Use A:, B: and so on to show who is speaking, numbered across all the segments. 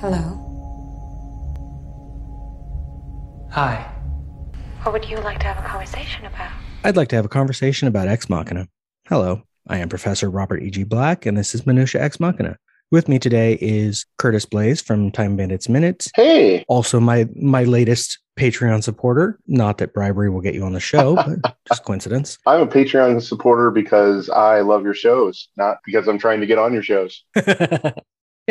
A: Hello.
B: Hi.
C: What would you like to have a conversation about?
D: I'd like to have a conversation about Ex Machina. Hello, I am Professor Robert E.G. Black, and this is Minutia Ex Machina. With me today is Curtis Blaze from Time Bandits Minutes,
E: Hey,
D: also my my latest Patreon supporter. Not that bribery will get you on the show, but just coincidence.
E: I'm a Patreon supporter because I love your shows, not because I'm trying to get on your shows.
D: yeah,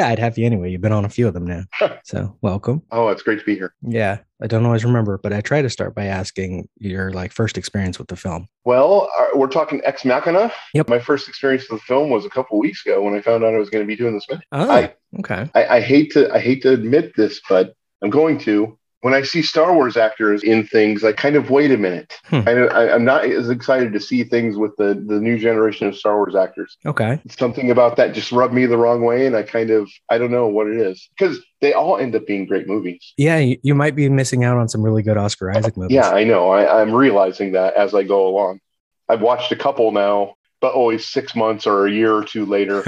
D: I'd have you anyway. You've been on a few of them now, so welcome.
E: Oh, it's great to be here.
D: Yeah, I don't always remember, but I try to start by asking your like first experience with the film.
E: Well, uh, we're talking Ex Machina.
D: Yep.
E: My first experience with the film was a couple weeks ago when I found out I was going to be doing this. minute.
D: Oh,
E: I-
D: okay.
E: I, I hate to I hate to admit this, but I'm going to. When I see Star Wars actors in things, I kind of wait a minute.
D: Hmm.
E: I, I, I'm not as excited to see things with the, the new generation of Star Wars actors.
D: Okay.
E: something about that just rubbed me the wrong way and i kind of i don't know what it is because they all end up being great movies
D: Yeah, you, you might be missing out on some really good Oscar Isaac movies.
E: yeah i know I, i'm realizing that as i go along i've watched a couple now but always six months or a year or two later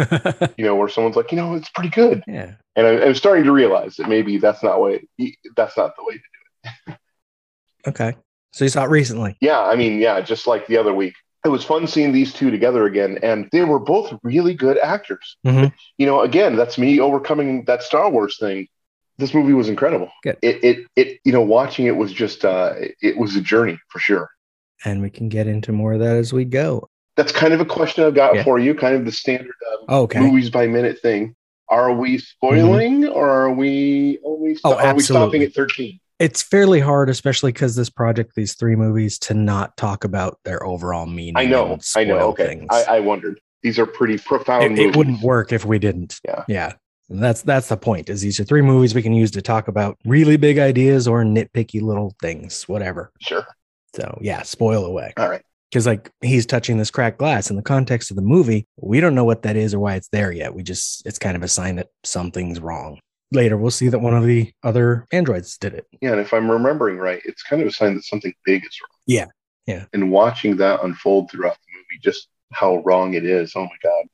E: you know where someone's like you know it's pretty good
D: yeah.
E: and I, i'm starting to realize that maybe that's not way that's not the way to do
D: Okay. So you saw it recently.
E: it yeah i mean yeah just like the other week it was fun seeing these two together again and they were both really good actors
D: Mhm.
E: you know, again, that's me overcoming that Star Wars thing. This movie was incredible.
D: Good.
E: It, it, it, you know, watching it was just, uh, it, it was a journey for sure.
D: And we can get into more of that as we go.
E: That's kind of a question I've got
D: Yeah.
E: for you, kind of the standard um,
D: Okay. Mm-hmm.
E: movies by minute thing. Are we spoiling or are we only
D: Oh,
E: are we stopping
D: absolutely.
E: at 13?
D: It's fairly hard, especially because this project, these three movies, to not talk about their overall meaning.
E: I know.
D: and
E: I know.
D: spoil
E: Okay.
D: things.
E: I, I wondered. These are pretty profound
D: it,
E: movies.
D: it wouldn't work if we didn't.
E: Yeah.
D: Yeah. And that's that's the point. Is these are three movies we can use to talk about really big ideas or nitpicky little things, whatever.
E: Sure.
D: So yeah, spoil away.
E: All right.
D: because like he's touching this cracked glass in the context of the movie we don't know what that is or why it's there yet we just it's kind of a sign that something's wrong later we'll see that one of the other androids did it
E: Yeah. And if I'm remembering right, it's kind of a sign that something big is wrong.
D: Yeah, yeah.
E: And watching that unfold throughout the movie, just how wrong it is. Oh my God.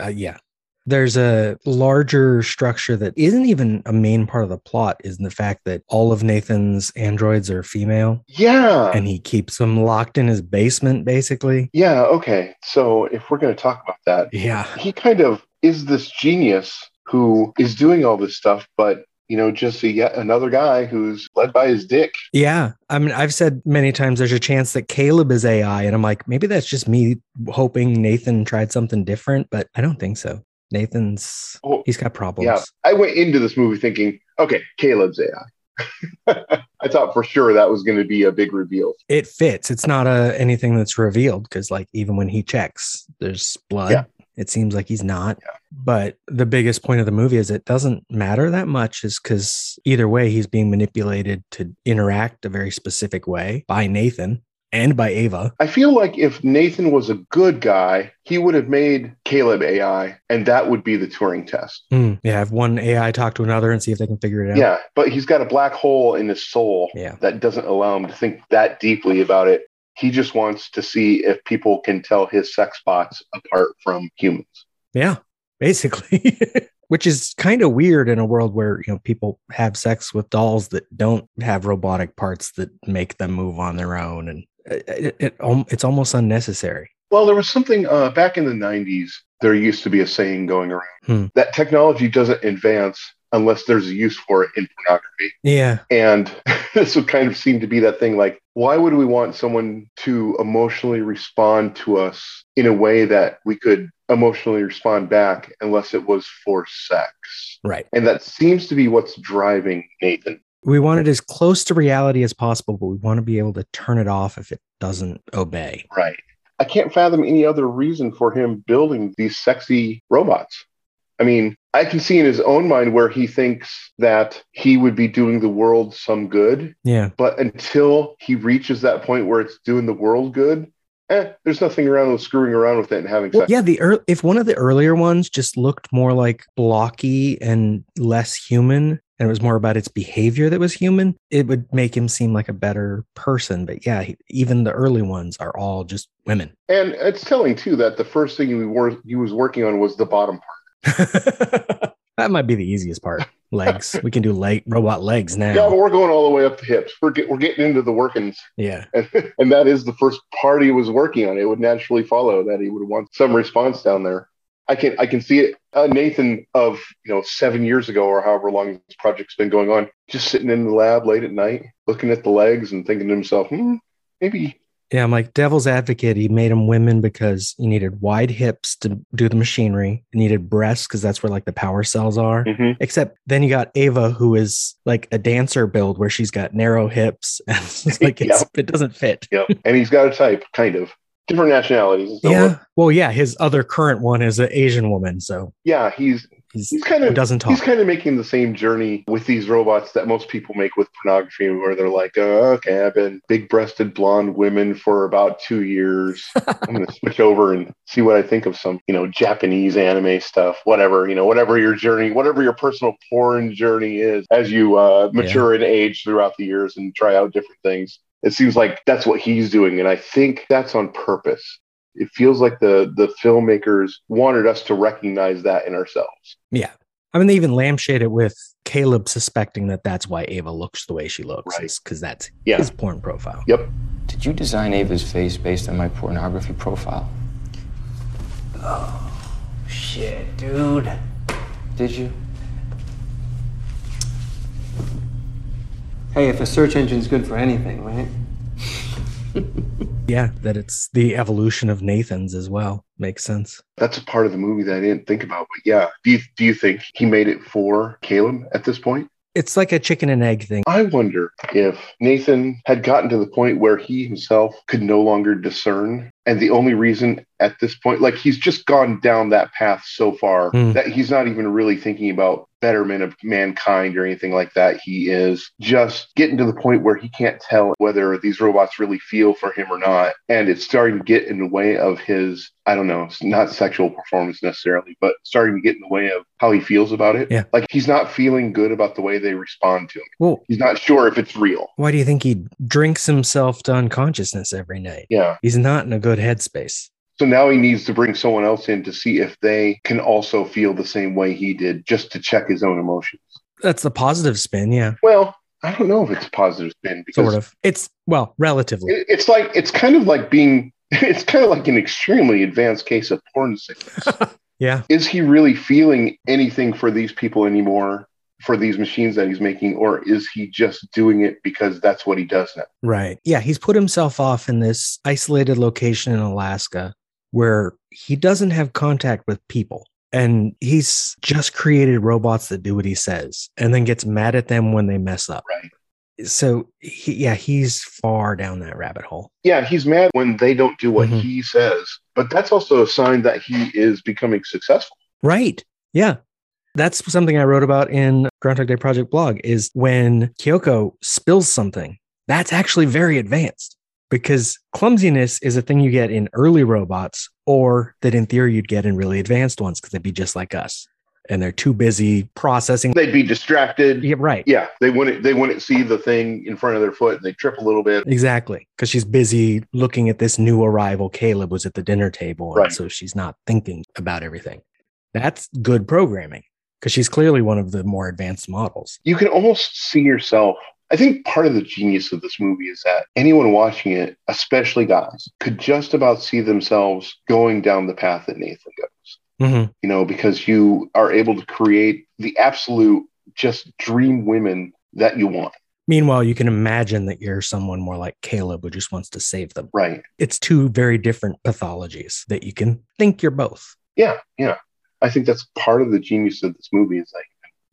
D: oh uh, yeah there's a larger structure that isn't even a main part of the plot is the fact that all of nathan's androids are female
E: Yeah.
D: and he keeps them locked in his basement basically
E: yeah. Okay. So if we're going to talk about that,
D: yeah
E: he kind of is this genius who is doing all this stuff, but, you know, just a, yet another guy who's led by his dick.
D: Yeah. I mean, I've said many times there's a chance that Caleb is AI. And I'm like, maybe that's just me hoping Nathan tried something different, but I don't think so. Nathan's,
E: Oh,
D: he's got problems.
E: yeah. I went into this movie thinking, okay, Caleb's AI. I thought for sure that was going to be a big reveal.
D: It fits. It's not a, anything that's revealed because, like, even when he checks, there's blood.
E: Yeah.
D: It seems like he's not.
E: Yeah.
D: But the biggest point of the movie is it doesn't matter that much, is because either way, he's being manipulated to interact a very specific way by Nathan and by Ava.
E: I feel like if Nathan was a good guy, he would have made Caleb AI, and that would be the Turing test.
D: Hmm. yeah. Have one AI talk to another and see if they can figure it
E: Yeah.
D: out.
E: but he's got a black hole in his soul
D: Yeah.
E: that doesn't allow him to think that deeply about it. He just wants to see if people can tell his sex bots apart from humans.
D: Yeah, basically. Which is kind of weird in a world where, you know, people have sex with dolls that don't have robotic parts that make them move on their own and uh, it, it, it it's almost unnecessary.
E: Well, there was something uh, back in the 90s, there used to be a saying going around
D: Hmm.
E: that technology doesn't advance unless there's a use for it in pornography.
D: Yeah.
E: And this would kind of seem to be that thing like, why would we want someone to emotionally respond to us in a way that we could emotionally respond back unless it was for sex?
D: Right.
E: And that seems to be what's driving Nathan.
D: We want it as close to reality as possible, but we want to be able to turn it off if it doesn't obey.
E: Right. I can't fathom any other reason for him building these sexy robots. I mean, I can see in his own mind where he thinks that he would be doing the world some good
D: Yeah.
E: But until he reaches that point where it's doing the world good, eh, there's nothing around with screwing around with it and having
D: Well,
E: sex.
D: yeah, the ear if one of the earlier ones just looked more like blocky and less human, and it was more about its behavior that was human, it would make him seem like a better person. But yeah, he, even the early ones are all just women.
E: And it's telling too that the first thing he, wor- he was working on was the bottom part.
D: That might be the easiest part. Legs. we can do leg robot legs now.
E: Yeah, but we're going all the way up to hips. We're, get, we're getting into the workings.
D: yeah.
E: And, and that is the first part he was working on. It would naturally follow that he would want some response down there. I can I can see it. Uh, Nathan of you know seven years ago or however long this project's been going on, just sitting in the lab late at night, looking at the legs and thinking to himself, hmm, maybe
D: Yeah, I'm like devil's advocate. He made them women because you needed wide hips to do the machinery. You needed breasts because that's where like the power cells are.
E: Mhm.
D: Except then you got Ava, who is like a dancer build where she's got narrow hips and it's like it's, it doesn't fit.
E: Yep. and he's got a type, kind of different nationalities. So, uh,
D: yeah. Well, yeah. His other current one is an Asian woman, so
E: yeah. He's
D: he's,
E: he's kind of
D: doesn't talk.
E: he's kind of making the same journey with these robots that most people make with pornography, where they're like, oh, okay, I've been big breasted blonde women for about two years. I'm going to switch over and see what I think of some, you know, Japanese anime stuff, whatever, you know, whatever your journey, whatever your personal porn journey is as you uh, mature in age throughout the years and try out different things. It seems like that's what he's doing. And I think that's on purpose. It feels like the the filmmakers wanted us to recognize that in ourselves.
D: yeah. I mean, they even lampshade it with Caleb suspecting that that's why Ava looks the way she looks,
E: Right.
D: because that's
E: Yeah.
D: his porn profile.
E: Yep.
A: Did you design Ava's face based on my pornography profile?
F: Shit, dude.
A: Did you?
F: Hey, if a search engine's good for anything, right?
D: Yeah, that it's the evolution of Nathan's as well. Makes sense.
E: that's a part of the movie that I didn't think about. But yeah, do you, do you think he made it for Caleb at this point?
D: It's like a chicken and egg thing.
E: I wonder if Nathan had gotten to the point where he himself could no longer discern. And the only reason at this point, like he's just gone down that path so far
D: Hmm.
E: that he's not even really thinking about betterment of mankind or anything like that. He is just getting to the point where he can't tell whether these robots really feel for him or not. And it's starting to get in the way of his, I don't know, it's not sexual performance necessarily, but starting to get in the way of how he feels about it.
D: Yeah.
E: Like he's not feeling good about the way they respond to him
D: Well,
E: he's not sure if it's real.
D: why do you think he drinks himself to unconsciousness every night?
E: Yeah.
D: He's not in a good headspace.
E: So now he needs to bring someone else in to see if they can also feel the same way he did, just to check his own emotions.
D: That's the positive spin, yeah.
E: Well, I don't know if it's a positive spin because
D: Sort of. It's well, relatively.
E: it- it's like it's kind of like being it's kind of like an extremely advanced case of porn sickness.
D: yeah.
E: Is he really feeling anything for these people anymore? For these machines that he's making, or is he just doing it because that's what he does now?
D: Right. Yeah. He's put himself off in this isolated location in Alaska where he doesn't have contact with people. And he's just created robots that do what he says and then gets mad at them when they mess up.
E: Right.
D: So, he, yeah, he's far down that rabbit hole.
E: yeah, he's mad when they don't do what
D: Mhm.
E: he says, but that's also a sign that he is becoming successful.
D: Right. Yeah. That's something I wrote about in Groundhog Day Project blog is when Kyoko spills something, that's actually very advanced because clumsiness is a thing you get in early robots or that in theory you'd get in really advanced ones because they'd be just like us and they're too busy processing.
E: They'd be distracted. Yeah.
D: Yeah, right.
E: they wouldn't they wouldn't see the thing in front of their foot and they trip a little bit.
D: Exactly. Because she's busy looking at this new arrival. Caleb was at the dinner table. And
E: Right.
D: So she's not thinking about everything. That's good programming because she's clearly one of the more advanced models.
E: You can almost see yourself. I think part of the genius of this movie is that anyone watching it, especially guys, could just about see themselves going down the path that Nathan goes.
D: Mm-hmm.
E: you know, because you are able to create the absolute just dream women that you want.
D: Meanwhile, you can imagine that you're someone more like Caleb who just wants to save them.
E: Right.
D: It's two very different pathologies that you can think you're both.
E: Yeah, yeah. I think that's part of the genius of this movie is like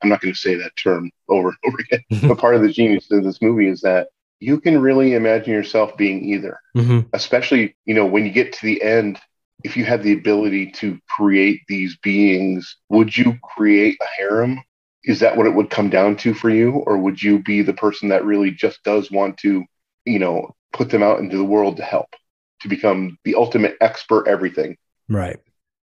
E: I'm not going to say that term over and over again, but part of the genius of this movie is that you can really imagine yourself being either,
D: Mm-hmm.
E: especially you know when you get to the end. If you had the ability to create these beings, would you create a harem? Is that what it would come down to for you, or would you be the person that really just does want to, you know, put them out into the world to help, to become the ultimate expert everything?
D: Right.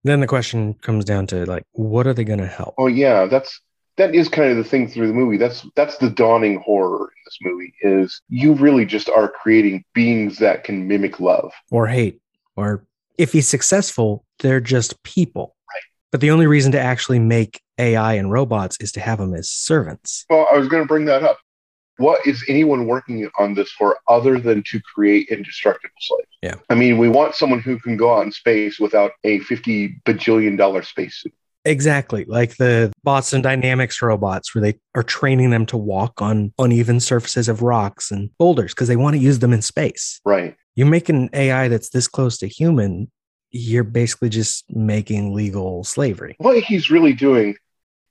D: Then the question comes down to like, what are they going to help?
E: Oh yeah, that's that is kind of the thing through the movie. That's that's the dawning horror in this movie is you really just are creating beings that can mimic love.
D: Or hate? Or if he's successful, they're just people. Right. But the only reason to actually make AI and robots is to have them as servants.
E: Well, I was going to bring that up. What is anyone working on this for other than to create indestructible slaves?
D: Yeah.
E: I mean, we want someone who can go out in space without a 50 bajillion dollar spacesuit.
D: Exactly. Like the Boston Dynamics robots, where they are training them to walk on uneven surfaces of rocks and boulders because they want to use them in space.
E: Right.
D: You make an AI that's this close to human, you're basically just making legal slavery.
E: What he's really doing,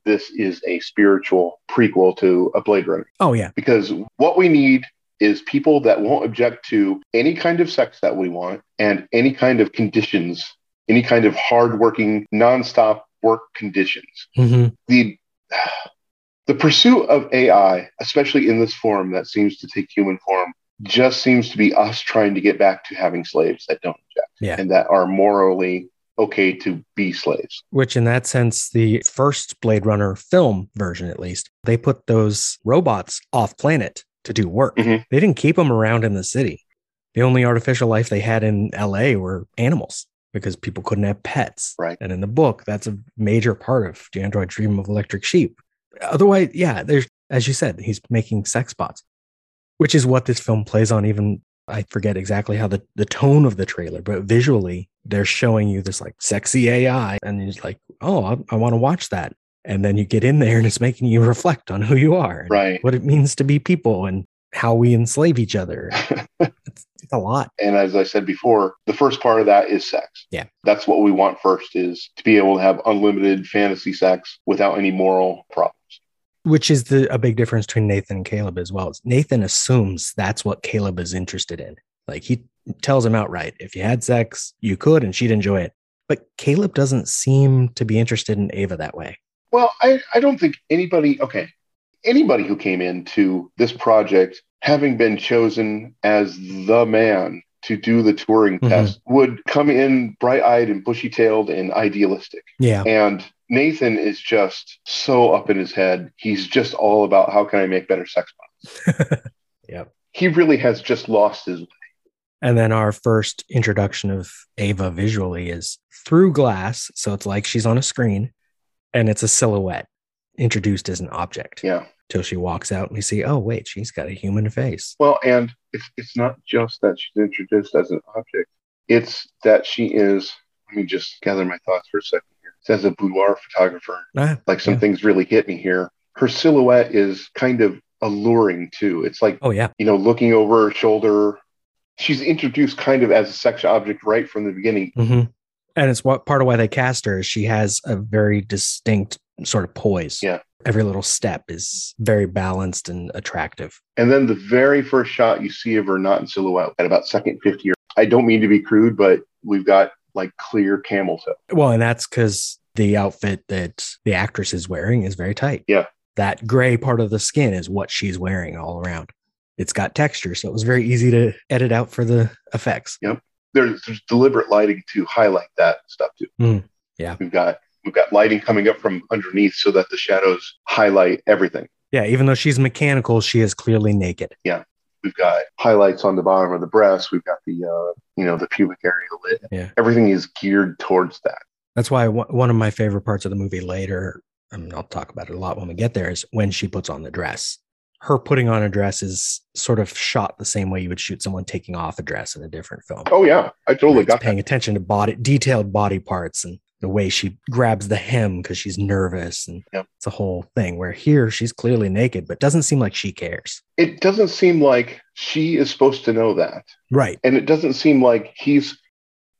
E: this is a spiritual prequel to a Blade Runner.
D: Oh, yeah.
E: because what we need is people that won't object to any kind of sex that we want and any kind of conditions, any kind of hardworking, nonstop work conditions.
D: hmm
E: The the pursuit of AI, especially in this form that seems to take human form, just seems to be us trying to get back to having slaves that don't object
D: Yeah.
E: and that are morally okay to be slaves.
D: Which, in that sense, the first Blade Runner film version, at least, they put those robots off planet to do work.
E: Mhm.
D: They didn't keep them around in the city. The only artificial life they had in LA were animals because people couldn't have pets.
E: Right.
D: And in the book, that's a major part of Do Androids Dream of Electric Sheep? Otherwise, yeah, there's, as you said, he's making sex bots, which is what this film plays on, even I forget exactly how the, the tone of the trailer, but visually they're showing you this like sexy AI and you're like, oh, I, I want to watch that. And then you get in there and it's making you reflect on who you are, and
E: Right.
D: what it means to be people and how we enslave each other. it's, it's a lot.
E: and as i said before the first part of that is sex
D: Yeah.
E: that's what we want first is to be able to have unlimited fantasy sex without any moral problems
D: Which is the a big difference between Nathan and Caleb as well. is Nathan assumes that's what Caleb is interested in. Like he tells him outright, if you had sex, you could, and she'd enjoy it. But Caleb doesn't seem to be interested in Ava that way.
E: well i, I don't think anybody okay anybody who came into this project having been chosen as the man to do the Turing
D: Mhm.
E: test would come in bright eyed and bushy tailed and idealistic.
D: Yeah.
E: And Nathan is just so up in his head. He's just all about how can I make better sex bots.
D: Yep.
E: He really has just lost his
D: And then our first introduction of Ava visually is through glass. So it's like she's on a screen and it's a silhouette introduced as an object
E: Yeah.
D: till she walks out and we see, oh, wait, she's got a human face.
E: Well, and it's it's not just that she's introduced as an object. It's that she is. Let me just gather my thoughts for a second here. It's As a boudoir photographer,
D: Ah,
E: like some
D: Yeah.
E: things really hit me here. Her silhouette is kind of alluring too. It's like
D: oh, yeah.
E: you know, looking over her shoulder. She's introduced kind of as a sex object right from the beginning.
D: hmm And it's what part of why they cast her is she has a very distinct sort of poise.
E: Yeah.
D: Every little step is very balanced and attractive.
E: And then the very first shot you see of her not in silhouette at about second fifty. Or, I don't mean to be crude, but we've got like clear camel toe.
D: Well, and that's because the outfit that the actress is wearing is very tight.
E: Yeah.
D: That gray part of the skin is what she's wearing all around. It's got texture, so it was very easy to edit out for the effects.
E: there's, there's deliberate lighting to highlight that stuff too.
D: Mm, yeah.
E: we've got we've got lighting coming up from underneath so that the shadows highlight everything.
D: Yeah, even though she's mechanical, she is clearly naked.
E: We've got highlights on the bottom of the breast. We've got the uh, you know the pubic area lit.
D: Yeah.
E: everything is geared towards that.
D: That's why one one of my favorite parts of the movie later, I mean, I'll talk about it a lot when we get there, is when she puts on the dress. Her putting on a dress is sort of shot the same way you would shoot someone taking off a dress in a different film.
E: Oh yeah, I totally
D: It's
E: got that.
D: paying attention to body detailed body parts and the way she grabs the hem because she's nervous and
E: Yep.
D: it's a whole thing where here she's clearly naked but doesn't seem like she cares
E: It doesn't seem like she is supposed to know that,
D: right
E: and it doesn't seem like he's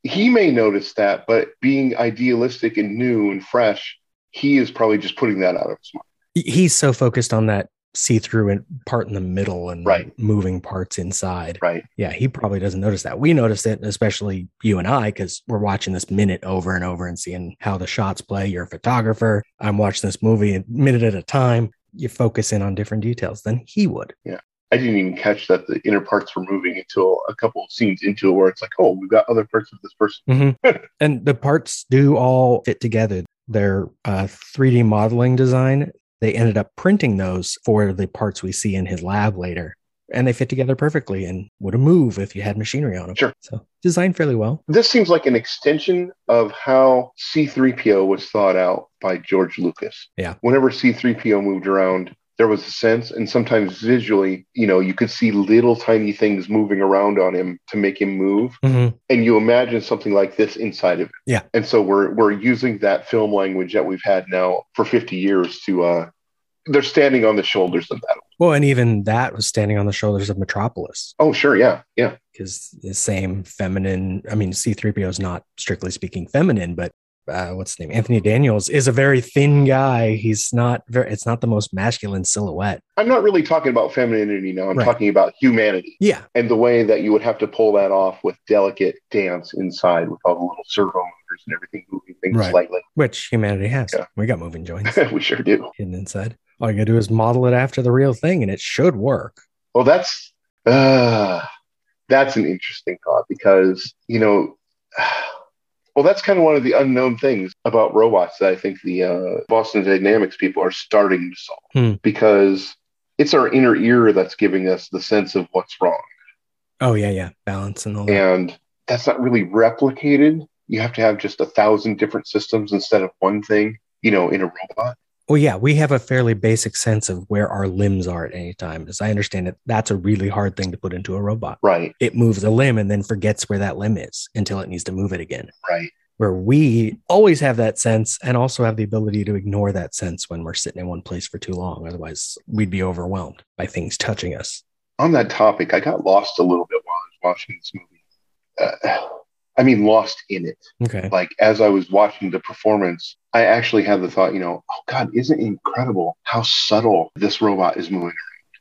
E: he may notice that, but being idealistic and new and fresh, he is probably just putting that out of his mind.
D: he's so focused on that see-through and part in the middle and
E: Right.
D: moving parts inside
E: Right.
D: yeah he probably doesn't notice that we notice it especially you and i because we're watching this minute over and over and seeing how the shots play you're a photographer i'm watching this movie a minute at a time you focus in on different details than he would
E: I didn't even catch that the inner parts were moving until a couple of scenes into it, where it's like, oh, we've got other parts of this person.
D: And the parts do all fit together. Their uh, 3D modeling design, they ended up printing those for the parts we see in his lab later. and they fit together perfectly and would move if you had machinery on them.
E: Sure.
D: So designed fairly well.
E: This seems like an extension of how C3PO was thought out by George Lucas.
D: Yeah.
E: Whenever C3PO moved around, there was a sense, and sometimes visually, you know, you could see little tiny things moving around on him to make him move.
D: Mm-hmm.
E: And you imagine something like this inside of it.
D: Yeah.
E: And so we're we're using that film language that we've had now for 50 years to uh they're standing on the shoulders of that.
D: Well, and even that was standing on the shoulders of Metropolis
E: Oh, sure, yeah, yeah.
D: because the same feminine. I mean, C3PO is not strictly speaking feminine, but uh, what's the name? Anthony Daniels is a very thin guy. He's not very, it's not the most masculine silhouette.
E: I'm not really talking about femininity now. I'm
D: Right.
E: talking about humanity.
D: Yeah.
E: and the way that you would have to pull that off with delicate dance inside with all the little servo motors and everything moving things
D: Right.
E: slightly.
D: Which humanity has.
E: Yeah.
D: We got moving joints
E: we sure do.
D: hidden inside. All you gotta do is model it after the real thing and it should work.
E: Well, that's uh, that's an interesting thought because you know, well, that's kind of one of the unknown things about robots that I think the uh, Boston Dynamics people are starting to solve
D: Hmm.
E: because it's our inner ear that's giving us the sense of what's wrong.
D: Oh yeah, yeah. Balance
E: Hmm.
D: and all that.
E: and that's not really replicated. You have to have just a thousand different systems instead of one thing, you know, in a robot.
D: Well, yeah, we have a fairly basic sense of where our limbs are at any time. As I understand it, that's a really hard thing to put into a robot.
E: Right,
D: It moves a limb and then forgets where that limb is until it needs to move it again.
E: right.
D: Where we always have that sense and also have the ability to ignore that sense when we're sitting in one place for too long. Otherwise, we'd be overwhelmed by things touching us.
E: On that topic, I got lost a little bit while I was watching this movie. Uh, I mean, lost in it.
D: Okay.
E: Like as I was watching the performance, I actually had the thought, you know, oh God, isn't it incredible how subtle this robot is moving?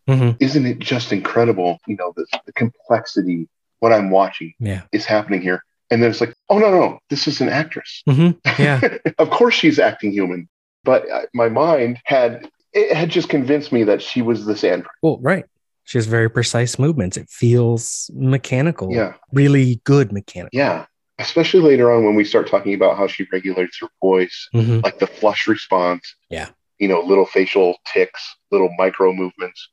D: Mhm.
E: Isn't it just incredible, you know, the, the complexity, what I'm watching
D: Yeah.
E: is happening here? And then it's like, oh, no, no, this is an actress.
D: Mm-hmm. Yeah.
E: of course she's acting human but uh, my mind had it had just convinced me that she was this android
D: Well, right. She has very precise movements. It feels mechanical,
E: yeah
D: really good mechanical.
E: yeah especially later on when we start talking about how she regulates her voice
D: hmm
E: like the flush response
D: Yeah.
E: you know little facial ticks little micro movements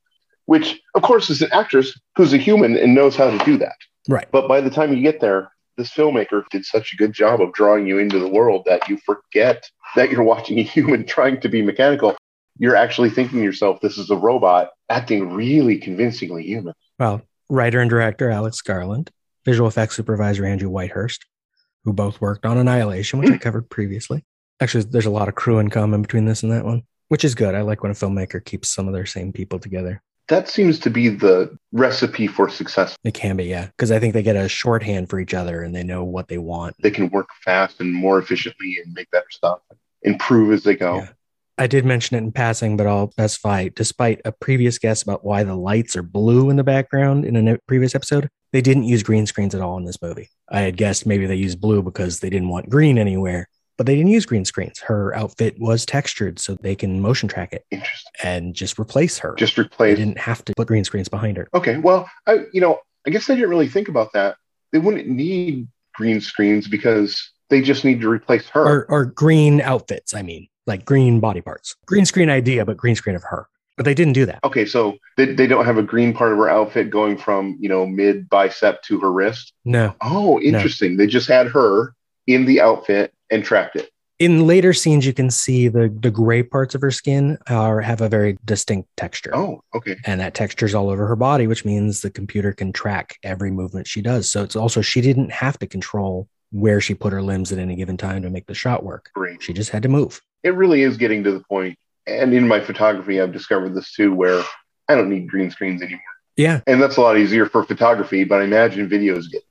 E: which of course is an actress who's a human and knows how to do that
D: Right.
E: but by the time you get there this filmmaker did such a good job of drawing you into the world that you forget that you're watching a human trying to be mechanical you're actually thinking to yourself this is a robot acting really convincingly human
D: Well, writer and director Alex Garland, visual effects supervisor Andrew Whitehurst, who both worked on Annihilation, which I covered previously. Actually, there's a lot of crew in common between this and that one, which is good. I like when a filmmaker keeps some of their same people together.
E: that seems to be the recipe for success
D: It can be, yeah, because I think they get a shorthand for each other and they know what they want.
E: they can work fast and more efficiently and make better stuff improve as they go
D: Yeah. I did mention it in passing, but I'll specify despite a previous guess about why the lights are blue in the background in a ne- previous episode, they didn't use green screens at all in this movie. I had guessed maybe they used blue because they didn't want green anywhere, but they didn't use green screens. Her outfit was textured so they can motion track it
E: interesting
D: and just replace her.
E: just
D: they
E: replace.
D: didn't have to put green screens behind her.
E: Okay, well, I you know I guess I didn't really think about that. They wouldn't need green screens because they just need to replace her.
D: Or, or green outfits, I mean, like green body parts. Green screen idea, but green screen of her. But they didn't do that.
E: okay, so they, they don't have a green part of her outfit going from you know mid bicep to her wrist.
D: No.
E: Oh, interesting. They just had her in the outfit and tracked it.
D: in later scenes you can see the the gray parts of her skin are have a very distinct texture
E: Oh, okay,
D: and that texture's all over her body which means the computer can track every movement she does so it's also she didn't have to control where she put her limbs at any given time to make the shot work
E: great.
D: she just had to move
E: It really is getting to the point. And in my photography, I've discovered this too, where I don't need green screens anymore.
D: yeah
E: And that's a lot easier for photography, but I imagine videos get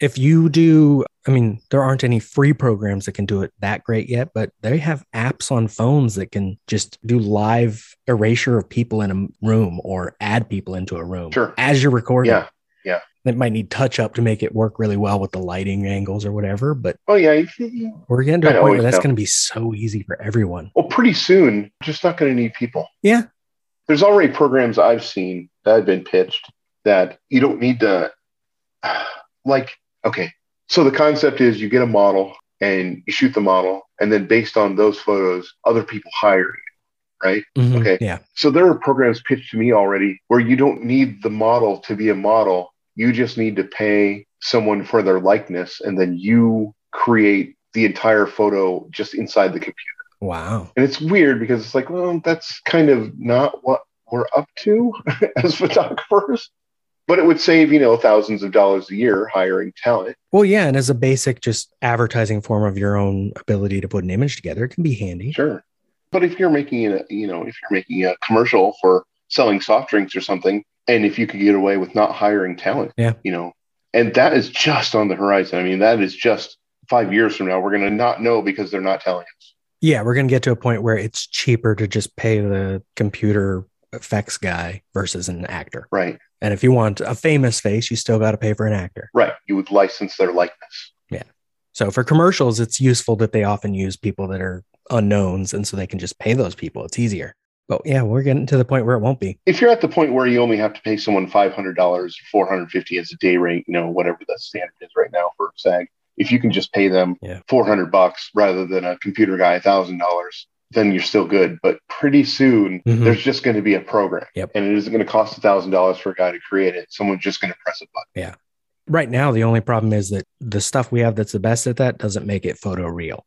D: if you do i mean there aren't any free programs that can do it that great yet but they have apps on phones that can just do live erasure of people in a room or add people into a room
E: Sure.
D: as you're recording
E: yeah.
D: It might need touch up to make it work really well with the lighting angles or whatever. But
E: Oh yeah, you- you,
D: we're getting to a
E: I
D: point
E: always
D: where that's
E: know.
D: going to be so easy for everyone.
E: Well, pretty soon, just not going to need people.
D: Yeah.
E: There's already programs I've seen that have been pitched that you don't need to, like, okay. So the concept is you get a model and you shoot the model, and then based on those photos, other people hire you. right?
D: Mhm.
E: Okay.
D: Yeah.
E: So there are programs pitched to me already where you don't need the model to be a model. You just need to pay someone for their likeness and then you create the entire photo just inside the computer.
D: Wow.
E: And it's weird because it's like, well, that's kind of not what we're up to as photographers. But it would save, you know, thousands of dollars a year hiring talent.
D: Well, yeah, and as a basic just advertising form of your own ability to put an image together, it can be handy.
E: Sure. But if you're making a, you know, if you're making a commercial for selling soft drinks or something, and if you could get away with not hiring talent,
D: Yeah.
E: you know, and that is just on the horizon. I mean, that is just five years from now. We're going to not know because they're not telling us.
D: Yeah, we're going to get to a point where it's cheaper to just pay the computer effects guy versus an actor.
E: Right.
D: And if you want a famous face, you still got to pay for an actor.
E: Right. You would license their likeness.
D: So for commercials, it's useful that they often use people that are unknowns. And so they can just pay those people. It's easier. But yeah, we're getting to the point where it won't be.
E: If you're at the point where you only have to pay someone five hundred dollars, four hundred fifty as a day rate, you know, whatever the standard is right now for SAG, if you can just pay them
D: Yeah.
E: four hundred bucks rather than a computer guy thousand dollars, then you're still good. But pretty soon
D: Mhm.
E: there's just going to be a program,
D: Yep.
E: and it isn't going to cost thousand dollars for a guy to create it. Someone's just going to press a button.
D: Right now, the only problem is that the stuff we have that's the best at that doesn't make it photo real.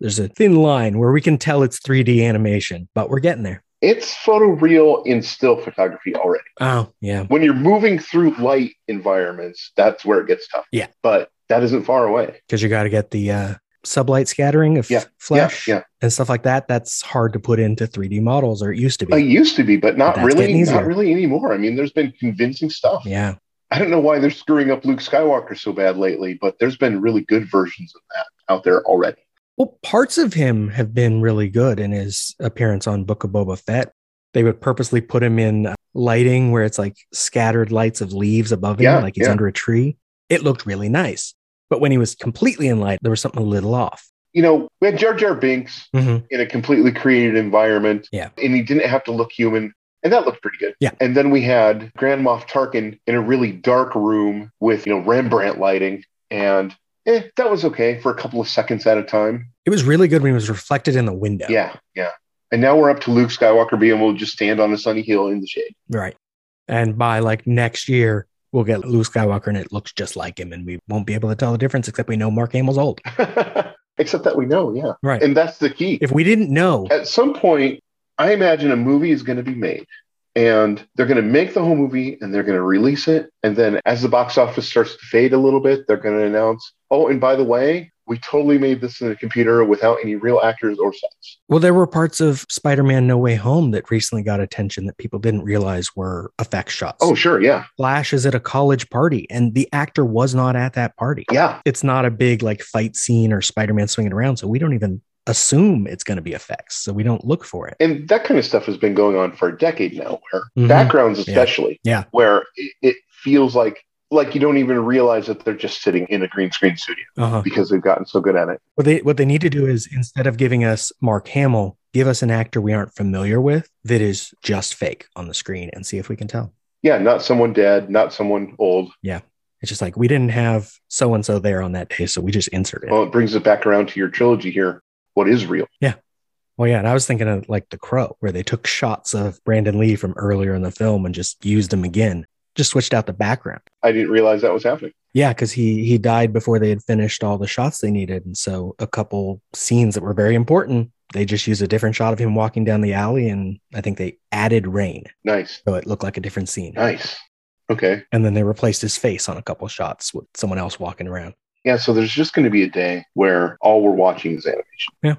D: There's a thin line where we can tell it's 3D animation, but we're getting there.
E: It's photoreal in still photography already.
D: Oh, yeah.
E: When you're moving through light environments, that's where it gets tough.
D: Yeah.
E: but that isn't far away.
D: because you got to get the uh, sublight scattering of
E: Yeah,
D: flash
E: yeah.
D: and stuff like that. That's hard to put into 3D models, or it used to be.
E: It used to be, but not
D: That's getting
E: really,
D: easier.
E: not really anymore. I mean, there's been convincing stuff.
D: yeah,
E: I don't know why they're screwing up Luke Skywalker so bad lately, but there's been really good versions of that out there already.
D: Well, parts of him have been really good in his appearance on Book of Boba Fett. They would purposely put him in uh, lighting where it's like scattered lights of leaves above him,
E: Yeah,
D: like he's
E: yeah.
D: under a tree. It looked really nice. But when he was completely in light, there was something a little off.
E: You know, we had Jar Jar Binks in a completely created environment,
D: Yeah.
E: and he didn't have to look human, and that looked pretty good.
D: Yeah.
E: And then we had Grand Moff Tarkin in a really dark room with you know Rembrandt lighting, and eh, that was okay for a couple of seconds at a time.
D: It was really good when he was reflected in the window.
E: yeah. yeah. And now we're up to Luke Skywalker being able to just stand on a sunny hill in the shade.
D: Right. And by like next year, we'll get Luke Skywalker and it looks just like him and we won't be able to tell the difference except we know Mark Hamill's old.
E: Except that we know, yeah.
D: Right.
E: And that's the key.
D: if we didn't know,
E: At some point, I imagine a movie is going to be made and they're going to make the whole movie and they're going to release it. And then as the box office starts to fade a little bit, they're going to announce, oh, and by the way, we totally made this in a computer without any real actors or sets.
D: well, there were parts of Spider Man No Way Home that recently got attention that people didn't realize were effect shots.
E: Oh, sure. Yeah.
D: Flash is at a college party and the actor was not at that party.
E: Yeah.
D: It's not a big like fight scene or Spider Man swinging around. So we don't even assume it's going to be effects. So we don't look for it.
E: And that kind of stuff has been going on for a decade now, where
D: Mhm.
E: backgrounds,
D: Yeah.
E: especially,
D: Yeah.
E: where it, it feels like like you don't even realize that they're just sitting in a green screen studio
D: Uh-huh.
E: because they've gotten so good at it.
D: What they what they need to do is instead of giving us Mark Hamill, give us an actor we aren't familiar with that is just fake on the screen and see if we can tell.
E: Yeah, not someone dead, not someone old.
D: It's just like we didn't have so and so there on that day, so we just insert it.
E: Well, it brings it back around to your trilogy here. What is real?
D: Well, yeah, and I was thinking of like The Crow, where they took shots of Brandon Lee from earlier in the film and just used them again, just switched out the background.
E: I didn't realize that was happening.
D: Yeah, because he he died before they had finished all the shots they needed, and so a couple scenes that were very important, they just used a different shot of him walking down the alley, and I think they added rain,
E: Nice,
D: so it looked like a different scene.
E: nice. Okay,
D: and then they replaced his face on a couple shots with someone else walking around.
E: yeah. So there's just going to be a day where all we're watching is animation.
D: Yeah.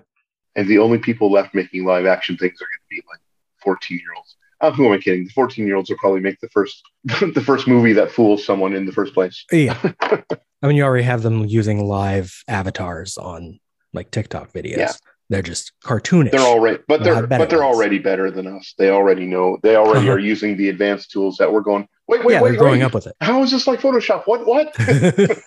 E: and the only people left making live action things are going to be like 14 year olds. Oh, who am I kidding? The 14 year olds will probably make the first the first movie that fools someone in the first place.
D: Yeah, I mean, you already have them using live avatars on like TikTok videos.
E: Yeah.
D: They're just cartoonish.
E: They're all right, but
D: Well, I
E: they're
D: bet
E: but
D: it
E: they're
D: was.
E: already better than us. They already know. They already
D: Uh-huh.
E: are using the advanced tools that we're going. Wait, wait,
D: yeah,
E: wait.
D: they're growing
E: wait.
D: up with it.
E: How is this like Photoshop? What? What?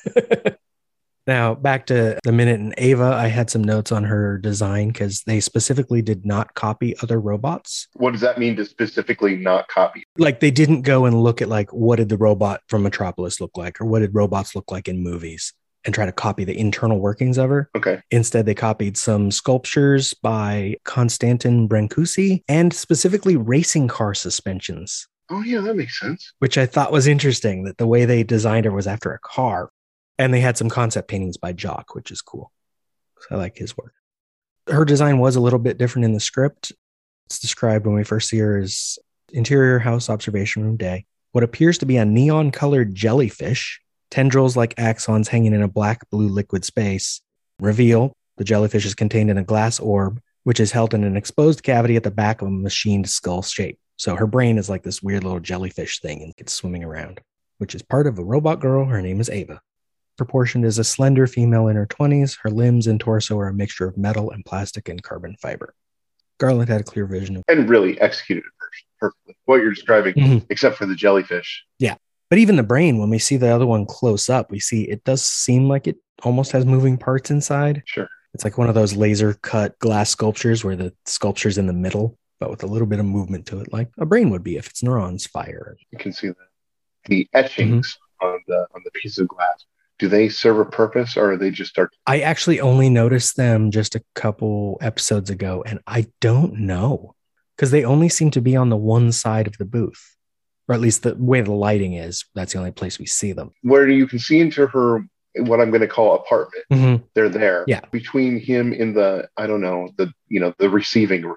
D: now back to the minute and Ava. I had some notes on her design because they specifically did not copy other robots.
E: what does that mean to specifically not copy?
D: Like they didn't go and look at like what did the robot from Metropolis look like or what did robots look like in movies. and try to copy the internal workings of her.
E: Okay.
D: Instead, they copied some sculptures by Konstantin Brancusi and specifically racing car suspensions,
E: Oh yeah, that makes sense.
D: which I thought was interesting that the way they designed her was after a car. And they had some concept paintings by Jock, which is cool. 'cause I like his work. Her design was a little bit different in the script. It's described when we first see her as interior house observation room day. What appears to be a neon colored jellyfish, tendrils like axons hanging in a black blue liquid space. Reveal the jellyfish is contained in a glass orb, which is held in an exposed cavity at the back of a machined skull shape. So her brain is like this weird little jellyfish thing and it's swimming around, which is part of a robot girl. Her name is Ava. Proportioned as a slender female in her 20s, her limbs and torso are a mixture of metal and plastic and carbon fiber. Garland had a clear vision of,
E: And really executed it perfectly. What you're describing,
D: Mhm.
E: except for the jellyfish.
D: but even the brain, when we see the other one close up, we see it does seem like it almost has moving parts inside.
E: Sure.
D: It's like one of those laser cut glass sculptures where the sculpture's in the middle, but with a little bit of movement to it, like a brain would be if its neurons fire.
E: You can see that. The etchings on the on the piece of glass. Do they serve a purpose or are they just art?
D: I actually only noticed them just a couple episodes ago, and I don't know because they only seem to be on the one side of the booth, or at least the way the lighting is. That's the only place we see them.
E: where you can see into her what I'm gonna call apartment. They're there.
D: Yeah.
E: Between him in the I don't know, the you know, the receiving room.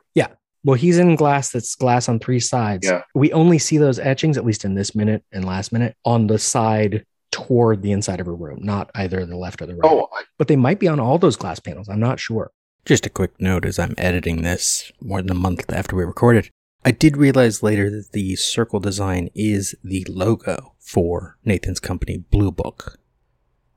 D: Well, he's in glass that's glass on three sides.
E: Yeah.
D: We only see those etchings, at least in this minute and last minute, on the side toward the inside of her room, not either the left or the right.
E: Oh, I,
D: But they might be on all those glass panels. I'm not sure.
G: Just a quick note as I'm editing this more than a month after we recorded. I did realize later that the circle design is the logo for Nathan's company, Blue Book.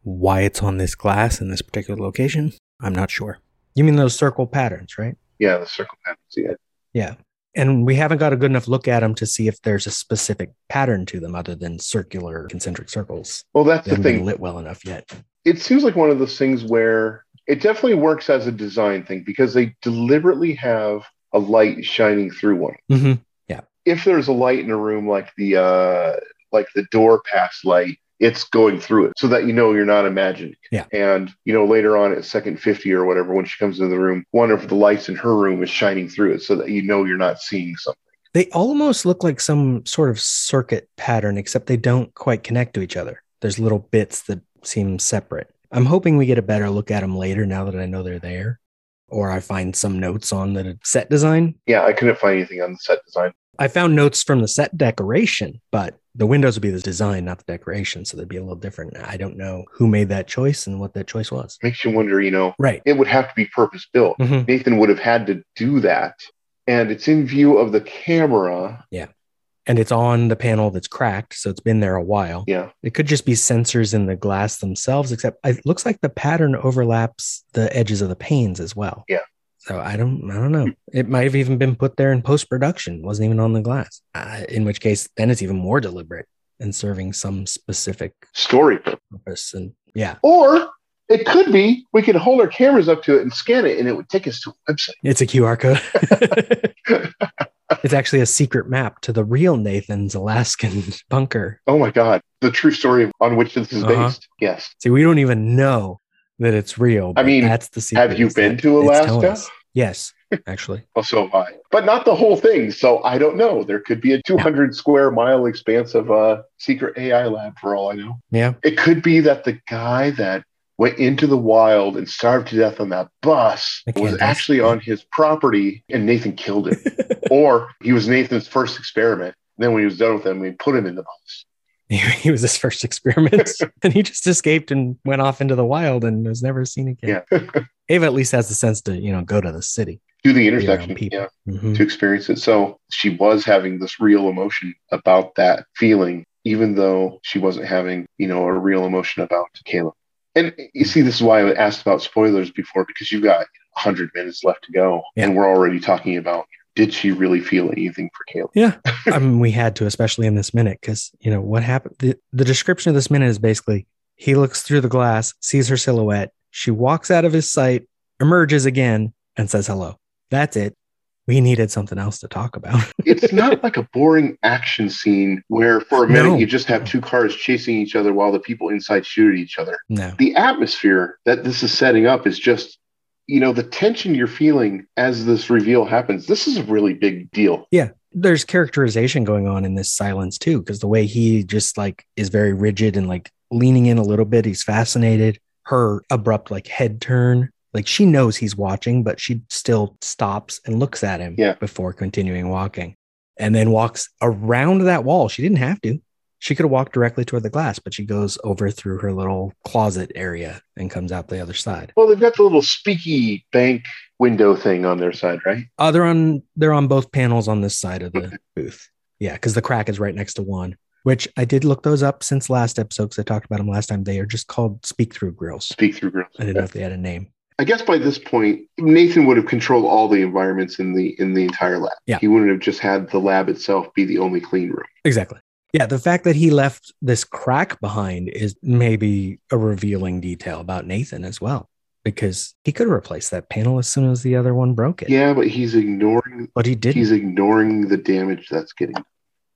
G: Why it's on this glass in this particular location, I'm not sure.
D: You mean those circle patterns, right?
E: yeah, the circle patterns. Yeah.
D: Yeah. And we haven't got a good enough look at them to see if there's a specific pattern to them other than circular concentric circles.
E: Well, that's
D: They
E: the
D: haven't been
E: thing.
D: lit well enough yet.
E: it seems like one of those things where it definitely works as a design thing because they deliberately have a light shining through one.
D: Mm-hmm.
E: If there's a light in a room like the uh like the door pass light, it's going through it so that you know you're not imagining. it.
D: Yeah.
E: And you know later on at second 50 or whatever when she comes into the room, one of the lights in her room is shining through it so that you know you're not seeing something.
D: They almost look like some sort of circuit pattern, except they don't quite connect to each other. There's little bits that seem separate. I'm hoping we get a better look at them later now that I know they're there, or I find some notes on the set design.
E: Yeah, I couldn't find anything on the set design.
D: I found notes from the set decoration, but the windows would be the design, not the decoration. So they'd be a little different. I don't know who made that choice and what that choice was.
E: Makes you wonder, you know,
D: Right.
E: it would have to be purpose built.
D: hmm
E: Nathan would have had to do that. And it's in view of the camera.
D: And it's on the panel that's cracked. So it's been there a while.
E: Yeah.
D: It could just be sensors in the glass themselves, except it looks like the pattern overlaps the edges of the panes as well.
E: Yeah.
D: So I don't, I don't know. It might have even been put there in post production, wasn't even on the glass. Uh, in which case, then it's even more deliberate and serving some specific
E: Story.
D: purpose. And yeah,
E: Or it could be we could hold our cameras up to it and scan it, and it would take us to a website.
D: It's a QR code. it's actually a secret map to the real Nathan's Alaskan bunker.
E: Oh my God. The true story on which this is
D: Uh-huh.
E: based. Yes.
D: See, we don't even know that it's real. but
E: mean,
D: that's the secret.
E: have you
D: is that
E: been to
D: it's telling
E: Alaska?
D: us. Yes, actually.
E: Well, so have I. But not the whole thing. So I don't know. There could be a 200 square mile expanse of a secret AI lab for all I know.
D: Yeah.
E: It could be that the guy that went into the wild and starved to death on that bus
D: I can't
E: was
D: ask.
E: actually on his property and Nathan killed him. or he was Nathan's first experiment. Then when he was done with him, we put him in the bus.
D: He, he was his first experiment and he just escaped and went off into the wild and was never seen again. Ava at least has the sense to, you know, go to the city.
E: To the
D: around
E: intersection,
D: people.
E: yeah,
D: Mhm.
E: to experience it. So she was having this real emotion about that feeling, even though she wasn't having, you know, a real emotion about Caleb. And you see, this is why I asked about spoilers before, because you've got 100 minutes left to go.
D: Yeah.
E: And we're already talking about did she really feel anything for Caleb?
D: Yeah. I mean, we had to, especially in this minute, because, you know, what happened? The, the description of this minute is basically he looks through the glass, sees her silhouette. She walks out of his sight, emerges again, and says hello. That's it. we needed something else to talk about.
E: It's not like a boring action scene where for a minute
D: No.
E: you just have two cars chasing each other while the people inside shoot at each other.
D: no.
E: The atmosphere that this is setting up is just, you know, the tension you're feeling as this reveal happens. This is a really big deal.
D: There's characterization going on in this silence too, because the way he just like is very rigid and like leaning in a little bit, he's fascinated. Her abrupt like head turn, like she knows he's watching, but she still stops and looks at him
E: Yeah.
D: before continuing walking and then walks around that wall. She didn't have to. She could have walked directly toward the glass, but she goes over through her little closet area and comes out the other side.
E: Well, they've got the little speaky bank window thing on their side, right?
D: Uh, they're on they're on both panels on this side of the booth. Yeah, because the crack is right next to one. Which I did look those up since last episode because I talked about them last time. They are just called speak through grills.
E: Speak through girls.
D: I didn't know if they had a name.
E: I guess by this point, Nathan would have controlled all the environments in the in the entire lab.
D: Yeah.
E: He wouldn't have just had the lab itself be the only clean room.
D: Exactly. Yeah, the fact that he left this crack behind is maybe a revealing detail about Nathan as well, because he could have replaced that panel as soon as the other one broke it.
E: Yeah, but he's ignoring
D: But he didn't.
E: he's ignoring the damage that's getting.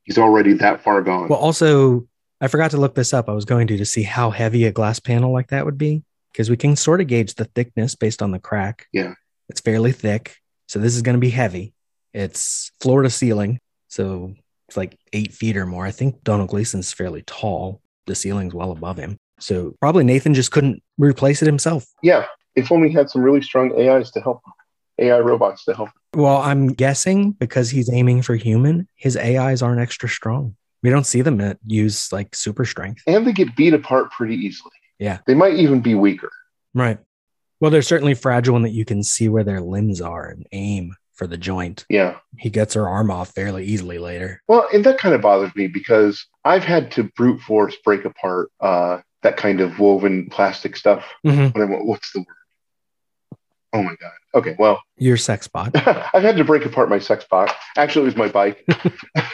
E: He's already that far gone.
D: Well, also, I forgot to look this up. I was going to to see how heavy a glass panel like that would be because we can sort of gauge the thickness based on the crack.
E: Yeah.
D: It's fairly thick. So this is going to be heavy. It's floor to ceiling. So it's like eight feet or more. I think Donald Gleason's fairly tall. The ceiling's well above him. So probably Nathan just couldn't replace it himself.
E: yeah, if only he had some really strong AIs to help him. AI robots to help. him.
D: Well, I'm guessing because he's aiming for human, his AIs aren't extra strong. We don't see them uh, use like super strength.
E: And they get beat apart pretty easily.
D: Yeah.
E: They might even be weaker.
D: Right. Well, they're certainly fragile in that you can see where their limbs are and aim for the joint.
E: Yeah.
D: He gets her arm off fairly easily later.
E: Well, and that kind of bothers me because I've had to brute force break apart uh, that kind of woven plastic stuff.
D: Mhm.
E: What am- what's the word? Oh my god. Okay, well,
D: Your sex bot.
E: I've had to break apart my sex box. Actually, it was my bike,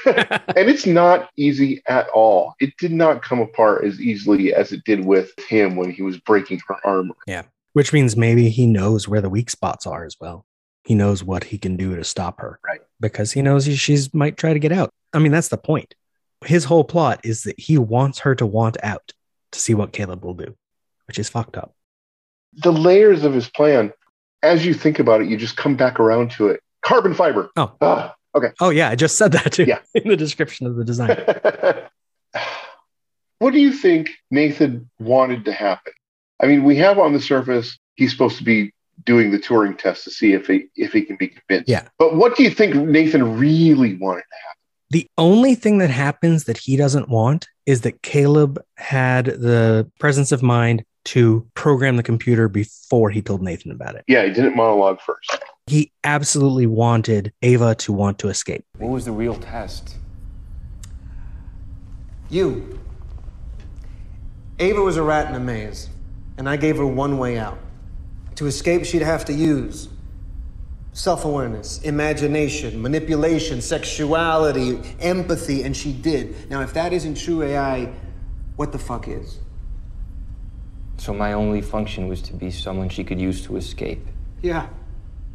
E: and it's not easy at all. It did not come apart as easily as it did with him when he was breaking her armor.
D: Which means maybe he knows where the weak spots are as well. He knows what he can do to stop her.
E: Right.
D: Because he knows he- she's might try to get out. I mean, that's the point. His whole plot is that he wants her to want out to see what Caleb will do, which is fucked up.
E: The layers of his plan, as you think about it, you just come back around to it. Carbon fiber.
D: Oh.
E: Ah.
D: Oh, yeah. I just said that too
E: Yeah.
D: in the description of the design.
E: what do you think Nathan wanted to happen? I mean, we have on the surface he's supposed to be doing the Turing test to see if he if he can be convinced.
D: Yeah.
E: But what do you think Nathan really wanted?
D: The only thing that happens that he doesn't want is that Caleb had the presence of mind to program the computer before he told Nathan about it.
E: Yeah, he didn't monologue first.
D: He absolutely wanted Ava to want to escape.
A: What was the real test?
F: You. Ava was a rat in a maze, and I gave her one way out. To escape, she'd have to use self awareness, imagination, manipulation, sexuality, empathy, and she did. Now, if that isn't true AI, what the fuck is?
A: So my only function was to be someone she could use to escape.
F: Yeah.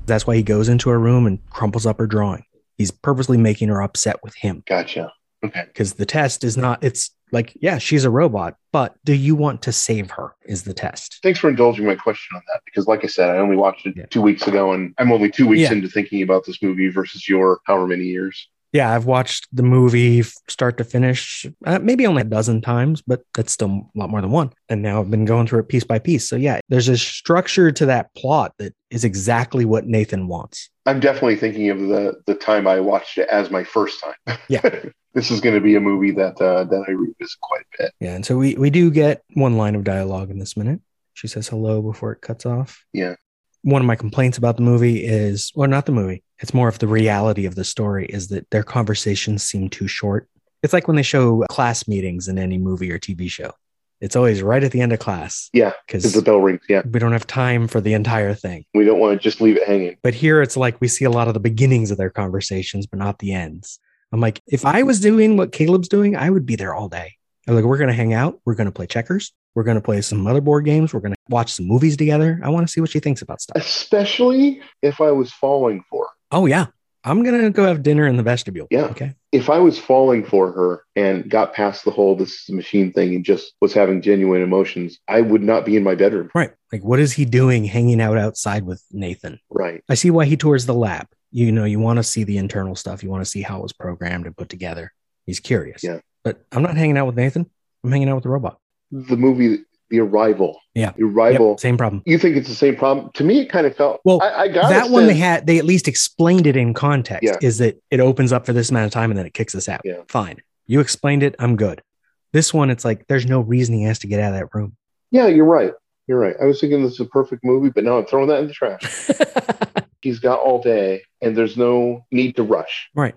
D: That's why he goes into her room and crumples up her drawing. He's purposely making her upset with him
E: Gotcha. Okay.
D: because the test is not, it's like, yeah, she's a robot, but do you want to save her? Is the test.
E: Thanks for indulging my question on that because, like I said, I only watched it
D: Yeah.
E: two weeks ago, and I'm only two weeks
D: Yeah.
E: into thinking about this movie versus your however many years.
D: Yeah, I've watched the movie f- start to finish, uh, maybe only a dozen times, but that's still a lot more than one. And now I've been going through it piece by piece. So, yeah, there's a structure to that plot that is exactly what Nathan wants.
E: I'm definitely thinking of the the time I watched it as my first time.
D: Yeah.
E: this is going to be a movie that uh, that I revisit quite a bit.
D: Yeah. And so we, we do get one line of dialogue in this minute. She says hello before it cuts off.
E: Yeah.
D: One of my complaints about the movie is, well, not the movie, it's more of the reality of the story is that their conversations seem too short. It's like when they show class meetings in any movie or TV show. It's always right at the end of class.
E: Yeah, Because the
D: Because
E: bell rings. Yeah,
D: we don't have time for the entire thing.
E: we don't want to just leave it hanging.
D: But here it's like we see a lot of the beginnings of their conversations, but not the ends. I'm like, if I was doing what Caleb's doing, I would be there all day. I'm like, we're going to hang out. We're going to play checkers. We're going to play some motherboard games. We're going to watch some movies together. I want to see what she thinks about stuff.
E: Especially if I was falling for. her.
D: Oh, yeah. I'm gonna go have dinner in the vestibule.
E: Yeah.
D: Okay.
E: If I was falling for her and got past the whole this is a machine thing and just was having genuine emotions, I would not be in my bedroom.
D: Right. Like, what is he doing hanging out outside with Nathan?
E: Right.
D: I see why he tours the lab. You know, you want to see the internal stuff. You want to see how it was programmed and put together. He's curious.
E: Yeah.
D: But I'm not hanging out with Nathan. I'm hanging out with the robot.
E: The movie The Arrival.
D: Yeah.
E: The
D: Yep,
E: Arrival.
D: same problem.
E: You think it's the same problem? To me, it kind of felt
D: Well,
E: I, I got
D: that
E: a
D: one they
E: sense-
D: had they at least explained it in context
E: Yeah.
D: is that it opens up for this amount of time and then it kicks us out
E: Yeah.
D: fine you explained it i'm good this one it's like there's no reason he has to get out of that room
E: Yeah, you're right. You're right. I was thinking this is a perfect movie, but now I'm throwing that in the trash. He's got all day and there's no need to rush.
D: right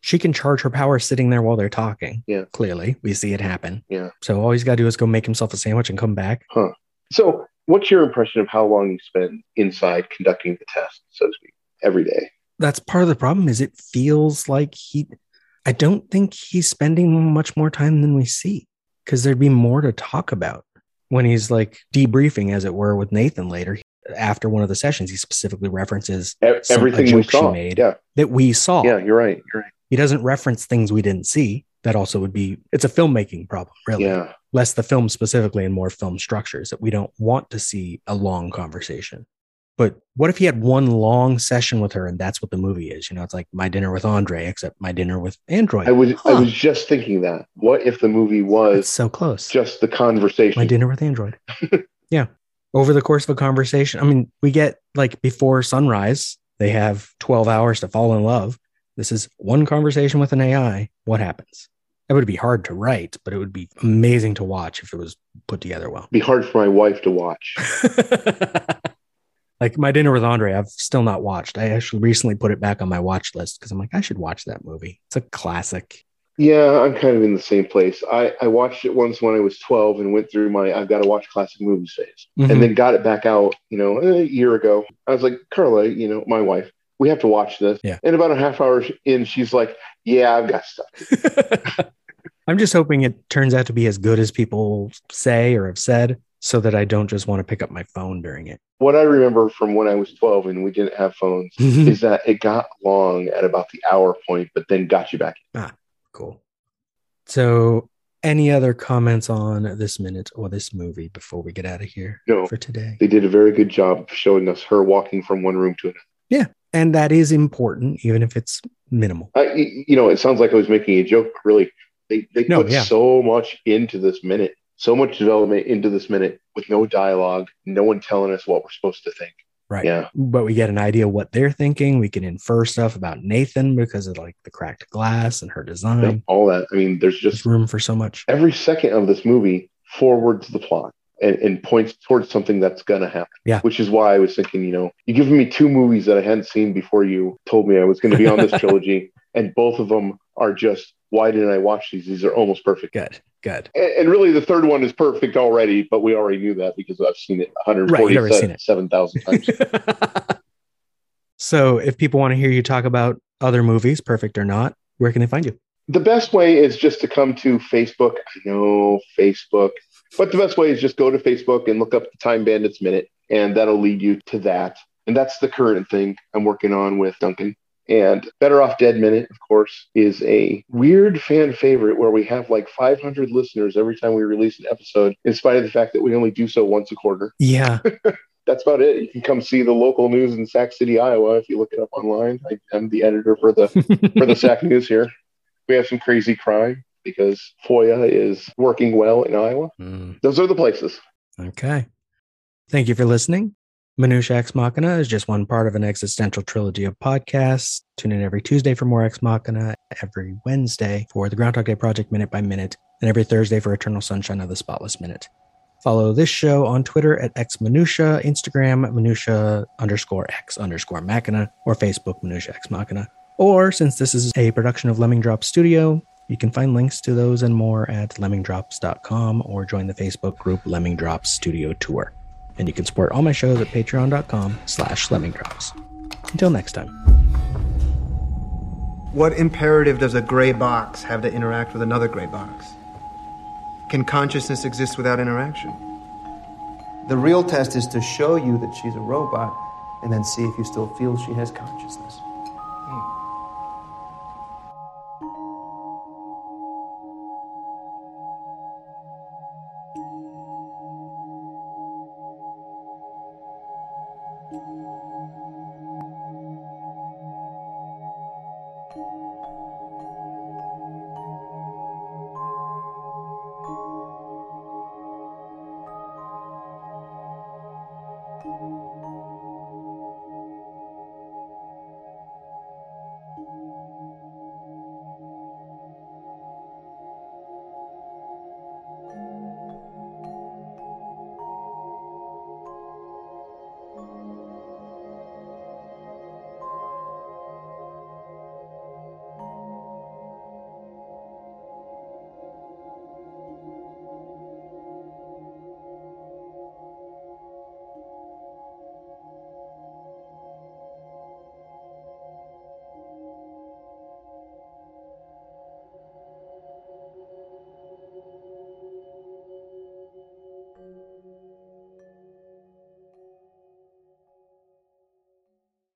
D: she can charge her power sitting there while they're talking
E: Yeah.
D: clearly we see it happen
E: Yeah.
D: so all he's got to do is go make himself a sandwich and come back
E: So, what's your impression of how long you spend inside conducting the test, so to speak, every day?
D: that's part of the problem is it feels like he i don't think he's spending much more time than we see because there'd be more to talk about when he's like debriefing as it were with nathan later after one of the sessions he specifically references
E: E-
D: Some- a
E: everything we
D: joke she
E: saw.
D: made. Oh.
E: Yeah,
D: that we saw
E: yeah, you're right. You're right.
D: he doesn't reference things we didn't see that also would be it's a filmmaking problem really
E: Yeah,
D: less the film specifically and more film structures that we don't want to see a long conversation. But what if he had one long session with her and that's what the movie is? You know, it's like my dinner with Andre, except my dinner with Android.
E: I was I
D: Huh.
E: was just thinking that. What if the movie
D: It's
E: was
D: so close.
E: just the conversation?
D: My dinner with Android. yeah. Over the course of a conversation, I mean, we get like before sunrise, they have 12 hours to fall in love. This is one conversation with an AI. What happens? That would be hard to write, but it would be amazing to watch if it was put together well.
E: Be hard for my wife to watch.
D: like my dinner with Andre, I've still not watched. I actually recently put it back on my watch list because I'm like, I should watch that movie. It's a classic.
E: Yeah, I'm kind of in the same place. I, I watched it once when I was 12 and went through my I've got to watch classic movies phase
D: Mhm.
E: and then got it back out, you know, a year ago. I was like, Carla, you know, my wife, we have to watch this.
D: Yeah.
E: And about a half hour in, she's like, Yeah, I've got stuff.
D: I'm just hoping it turns out to be as good as people say or have said, so that I don't just want to pick up my phone during it.
E: What I remember from when I was 12 and we didn't have phones
D: Mm-hmm.
E: is that it got long at about the hour point, but then got you back.
D: cool. So, any other comments on this minute or this movie before we get out of here
E: No.
D: for today?
E: They did a very good job of showing us her walking from one room to another.
D: And that is important, even if it's minimal.
E: I, y- you know, it sounds like I was making a joke. but Really, they they
D: No,
E: put
D: yeah.
E: so much into this minute, so much development into this minute with no dialogue, no one telling us what we're supposed to think.
D: Right.
E: Yeah.
D: but we get an idea what they're thinking. We can infer stuff about Nathan because of like the cracked glass and her design.
E: no, all that. I mean, there's
D: There's
E: just
D: room for so much.
E: every second of this movie forwards the plot and, and points towards something that's going to happen.
D: Yeah.
E: Which is why I was thinking, you know, you giving me two movies that I hadn't seen before you told me I was going to be on this trilogy, and both of them are just why didn't I watch these? These are almost perfect.
D: Good, good.
E: And, and really, the third one is perfect already, but we already knew that because I've seen it
D: Right, you've already seen it.
E: 147,000 times.
D: so, if people want to hear you talk about other movies, perfect or not, where can they find you?
E: the best way is just to come to Facebook. I know Facebook, but the best way is just go to Facebook and look up the Time Bandits Minute, and that'll lead you to that. And that's the current thing I'm working on with Duncan. And Better Off Dead Minute, of course, is a weird fan favorite where we have like 500 listeners every time we release an episode, in spite of the fact that we only do so once a quarter.
D: Yeah,
E: that's about it. You can come see the local news in Sac City, Iowa, if you look it up online. I, I'm the editor for the for the Sac News here. We have some crazy crime because FOIA is working well in Iowa.
G: Mm.
E: Those are the places.
D: Okay. Thank you for listening. Minutia Ex Machina is just one part of an existential trilogy of podcasts. Tune in every Tuesday for more Ex Machina, every Wednesday for the Groundhog Day Project Minute by Minute, and every Thursday for Eternal Sunshine of the Spotless Minute. Follow this show on Twitter at X Minutia, Instagram Minutia underscore X underscore Machina, or Facebook Minutia Ex Machina. Or since this is a production of Lemming Drop Studio, you can find links to those and more at lemmingdrops.com or join the Facebook group Lemming Drops Studio Tour. And you can support all my shows at patreon.com slash lemmingdrops. Until next time.
F: What imperative does a gray box have to interact with another gray box? Can consciousness exist without interaction? The real test is to show you that she's a robot and then see if you still feel she has consciousness.